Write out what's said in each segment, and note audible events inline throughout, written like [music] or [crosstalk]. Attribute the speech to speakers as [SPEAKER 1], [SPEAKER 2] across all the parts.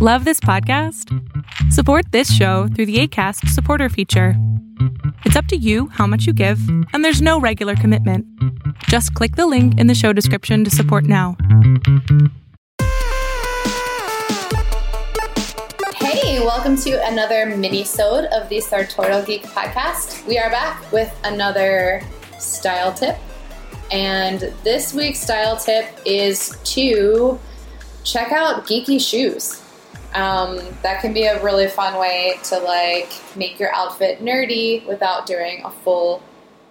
[SPEAKER 1] Love this podcast? Support this show through the ACAST supporter feature. It's up to you how much you give, and there's no regular commitment. Just click the link in the show description to support now.
[SPEAKER 2] Hey, welcome to another mini-sode of the Sartorial Geek Podcast. We are back with another style tip. And this week's style tip is to check out geeky shoes. Um, that can be a really fun way to like make your outfit nerdy without doing a full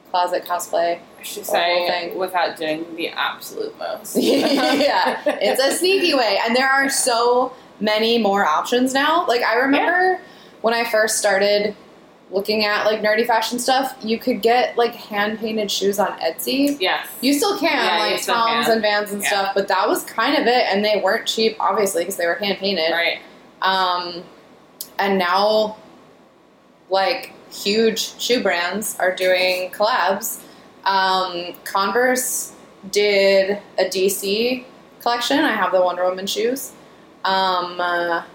[SPEAKER 2] closet cosplay.
[SPEAKER 3] I should
[SPEAKER 2] Or whole
[SPEAKER 3] say
[SPEAKER 2] thing.
[SPEAKER 3] without doing the absolute
[SPEAKER 2] [laughs]
[SPEAKER 3] most.
[SPEAKER 2] yeah, it's a sneaky way, and there are so many more options now. Like I remember when I first started looking at like nerdy fashion stuff, you could get like hand painted shoes on Etsy.
[SPEAKER 3] yes.
[SPEAKER 2] You still can,
[SPEAKER 3] Yeah, you
[SPEAKER 2] like
[SPEAKER 3] still
[SPEAKER 2] Toms
[SPEAKER 3] can.
[SPEAKER 2] and Vans and
[SPEAKER 3] Yeah.
[SPEAKER 2] stuff, but that was kind of it, and they weren't cheap, obviously, because they were hand painted.
[SPEAKER 3] right.
[SPEAKER 2] Um, and now, like huge shoe brands are doing collabs. Um, Converse did a DC collection. I have the Wonder Woman shoes. Um, uh,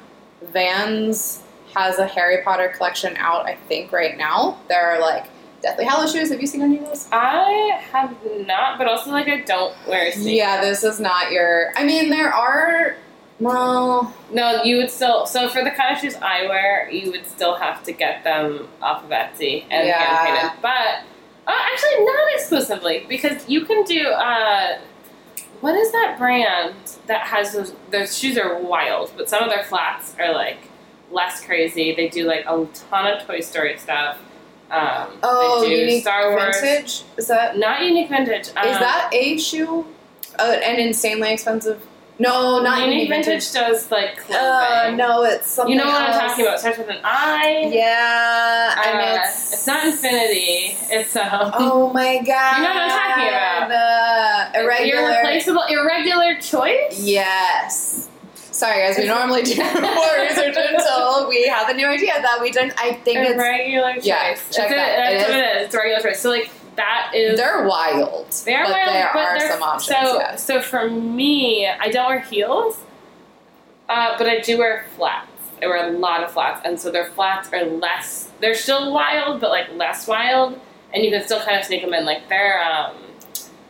[SPEAKER 2] Vans has a Harry Potter collection out. I think right now there are like Deathly Hallow shoes. Have you seen any of those?
[SPEAKER 3] I have not, but also like I don't wear sneakers.
[SPEAKER 2] Yeah, this is not your. I mean, there are. Well,
[SPEAKER 3] No, you would still. So for the kind of shoes I wear, you would still have to get them off of Etsy and
[SPEAKER 2] Yeah.
[SPEAKER 3] hand painted. But oh, actually, not exclusively because you can do. Uh, what is that brand that has those? Their shoes are wild, but some of their flats are like less crazy. They do like a ton of Toy Story stuff. Um,
[SPEAKER 2] oh,
[SPEAKER 3] they do
[SPEAKER 2] unique
[SPEAKER 3] Star Wars.
[SPEAKER 2] vintage is that
[SPEAKER 3] Not unique vintage. Um,
[SPEAKER 2] Is that a shoe? Uh, an insanely expensive? No, not
[SPEAKER 3] unique
[SPEAKER 2] Unique
[SPEAKER 3] vintage? Does like
[SPEAKER 2] Uh,
[SPEAKER 3] clothing.
[SPEAKER 2] no, it's something.
[SPEAKER 3] you know what
[SPEAKER 2] else.
[SPEAKER 3] I'm talking about. It starts with an I.
[SPEAKER 2] Yeah, I mean,
[SPEAKER 3] Uh,
[SPEAKER 2] it's
[SPEAKER 3] it's not infinity. It's um, [laughs]
[SPEAKER 2] Oh my god!
[SPEAKER 3] You know what I'm talking
[SPEAKER 2] about? Uh, irregular.
[SPEAKER 3] irreplaceable, irregular choice.
[SPEAKER 2] Yes. Sorry, guys. We normally do [laughs] more research until we have a new idea that we didn't. I think it's
[SPEAKER 3] irregular choice.
[SPEAKER 2] yeah,
[SPEAKER 3] That's
[SPEAKER 2] check
[SPEAKER 3] it,
[SPEAKER 2] that. It
[SPEAKER 3] That's
[SPEAKER 2] is.
[SPEAKER 3] what it is. It's irregular choice. So like that is.
[SPEAKER 2] they're wild,
[SPEAKER 3] they are
[SPEAKER 2] but
[SPEAKER 3] wild,
[SPEAKER 2] there
[SPEAKER 3] but
[SPEAKER 2] are
[SPEAKER 3] they're-
[SPEAKER 2] some options.
[SPEAKER 3] So
[SPEAKER 2] yes.
[SPEAKER 3] so for me, I don't wear heels, uh, but I do wear flats. I wear a lot of flats, and so their flats are less. They're still wild, but like less wild, and you can still kind of sneak them in. Like they're um,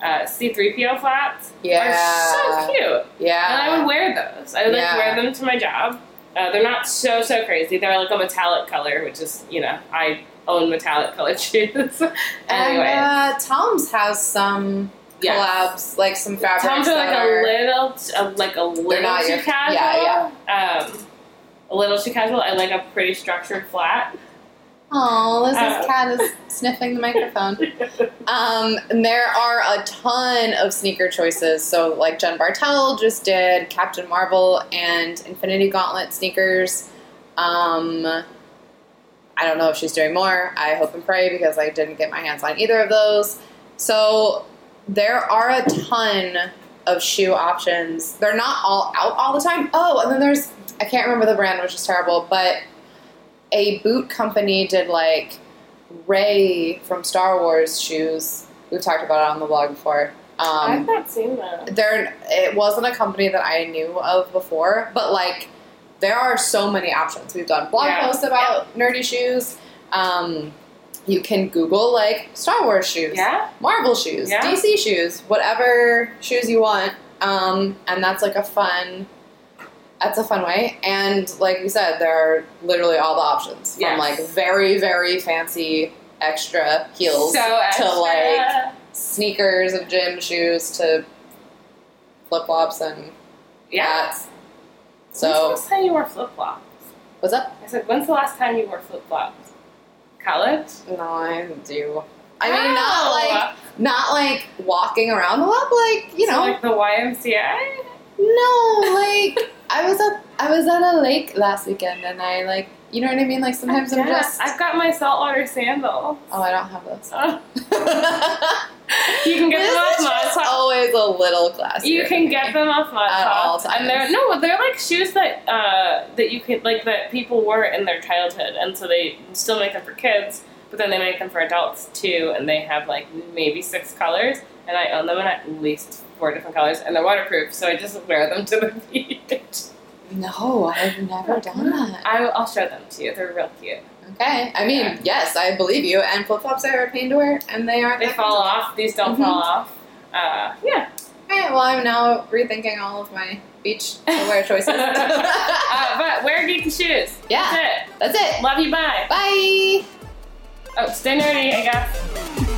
[SPEAKER 3] uh, C3PO flats are
[SPEAKER 2] Yeah.
[SPEAKER 3] so cute. And I
[SPEAKER 2] Yeah.
[SPEAKER 3] would wear those. I would
[SPEAKER 2] Yeah.
[SPEAKER 3] like wear them to my job. Uh, they're not so so crazy. They're like a metallic color, which is you know I own metallic [laughs] colored shoes. anyway,
[SPEAKER 2] And uh, Tom's has some
[SPEAKER 3] yeah.
[SPEAKER 2] collabs, like some fabrics.
[SPEAKER 3] Tom's are like
[SPEAKER 2] that
[SPEAKER 3] a
[SPEAKER 2] are-
[SPEAKER 3] little, uh, like a little
[SPEAKER 2] not
[SPEAKER 3] too
[SPEAKER 2] your-
[SPEAKER 3] casual.
[SPEAKER 2] yeah,
[SPEAKER 3] yeah. Um, a little too casual. I like a pretty structured flat.
[SPEAKER 2] Oh, this
[SPEAKER 3] Uh.
[SPEAKER 2] cat is sniffing the
[SPEAKER 3] [laughs]
[SPEAKER 2] microphone. Um, and there are a ton of sneaker choices. So, like Jen Bartel just did Captain Marvel and Infinity Gauntlet sneakers. Um, I don't know if she's doing more. I hope and pray because I didn't get my hands on either of those. So, there are a ton of shoe options. They're not all out all the time. Oh, and then there's I can't remember the brand, which is terrible, but a boot company did like Ray from Star Wars shoes. We've talked about it on the blog before.
[SPEAKER 3] I've
[SPEAKER 2] Um,
[SPEAKER 3] not seen that.
[SPEAKER 2] there, it wasn't a company that I knew of before, but like there are so many options. We've done blog
[SPEAKER 3] Yeah.
[SPEAKER 2] posts about nerdy shoes. Um, you can Google like Star Wars shoes.
[SPEAKER 3] Yeah,
[SPEAKER 2] Marvel shoes,
[SPEAKER 3] Yeah.
[SPEAKER 2] DC shoes, whatever shoes you want. Um, and that's like a fun that's a fun way. And like you said, there are literally all the options. From
[SPEAKER 3] Yes.
[SPEAKER 2] like very, very fancy extra heels
[SPEAKER 3] so extra.
[SPEAKER 2] to like sneakers and gym shoes to flip flops and
[SPEAKER 3] yeah.
[SPEAKER 2] hats.
[SPEAKER 3] When's the
[SPEAKER 2] So
[SPEAKER 3] last time you wore flip flops?
[SPEAKER 2] what's up?
[SPEAKER 3] I said, when's the last time you wore flip flops? College.
[SPEAKER 2] No, I do. I mean
[SPEAKER 3] Wow.
[SPEAKER 2] not like not like walking around a lot, but like, you
[SPEAKER 3] So,
[SPEAKER 2] know,
[SPEAKER 3] like the YMCA.
[SPEAKER 2] No, like I was at I was at a lake last weekend, and I like you know what I mean. Like sometimes I'm
[SPEAKER 3] Yeah,
[SPEAKER 2] just
[SPEAKER 3] I've got my saltwater sandal. [laughs]
[SPEAKER 2] oh I don't have those. [laughs]
[SPEAKER 3] Uh,
[SPEAKER 2] you
[SPEAKER 3] you can get them off Mod
[SPEAKER 2] just
[SPEAKER 3] Podge.
[SPEAKER 2] always a little classy.
[SPEAKER 3] You can get them off Mod
[SPEAKER 2] Oh, At all
[SPEAKER 3] Podge. and they're
[SPEAKER 2] times.
[SPEAKER 3] no, they're like shoes that uh, that you could like that people wore in their childhood, and so they still make them for kids, but then they make them for adults too, and they have like maybe six colors, and I own them in at least four different colors, and they're waterproof, so I just wear them to the [laughs] beach.
[SPEAKER 2] No, I've never done that.
[SPEAKER 3] I, I'll show them to you. They're real cute.
[SPEAKER 2] Okay. I mean,
[SPEAKER 3] Yeah.
[SPEAKER 2] yes, I believe you. And flip flops are a pain to wear, and they aren't.
[SPEAKER 3] They
[SPEAKER 2] that
[SPEAKER 3] fall off. These don't
[SPEAKER 2] Mm-hmm.
[SPEAKER 3] fall off. Uh, yeah.
[SPEAKER 2] expensive. All right. Well, I'm now rethinking all of my beach wear choices. [laughs]
[SPEAKER 3] [laughs] Uh, but wear geeky shoes.
[SPEAKER 2] Yeah.
[SPEAKER 3] That's
[SPEAKER 2] That's it.
[SPEAKER 3] it. Love you. Bye.
[SPEAKER 2] Bye.
[SPEAKER 3] Oh, stay nerdy, I guess.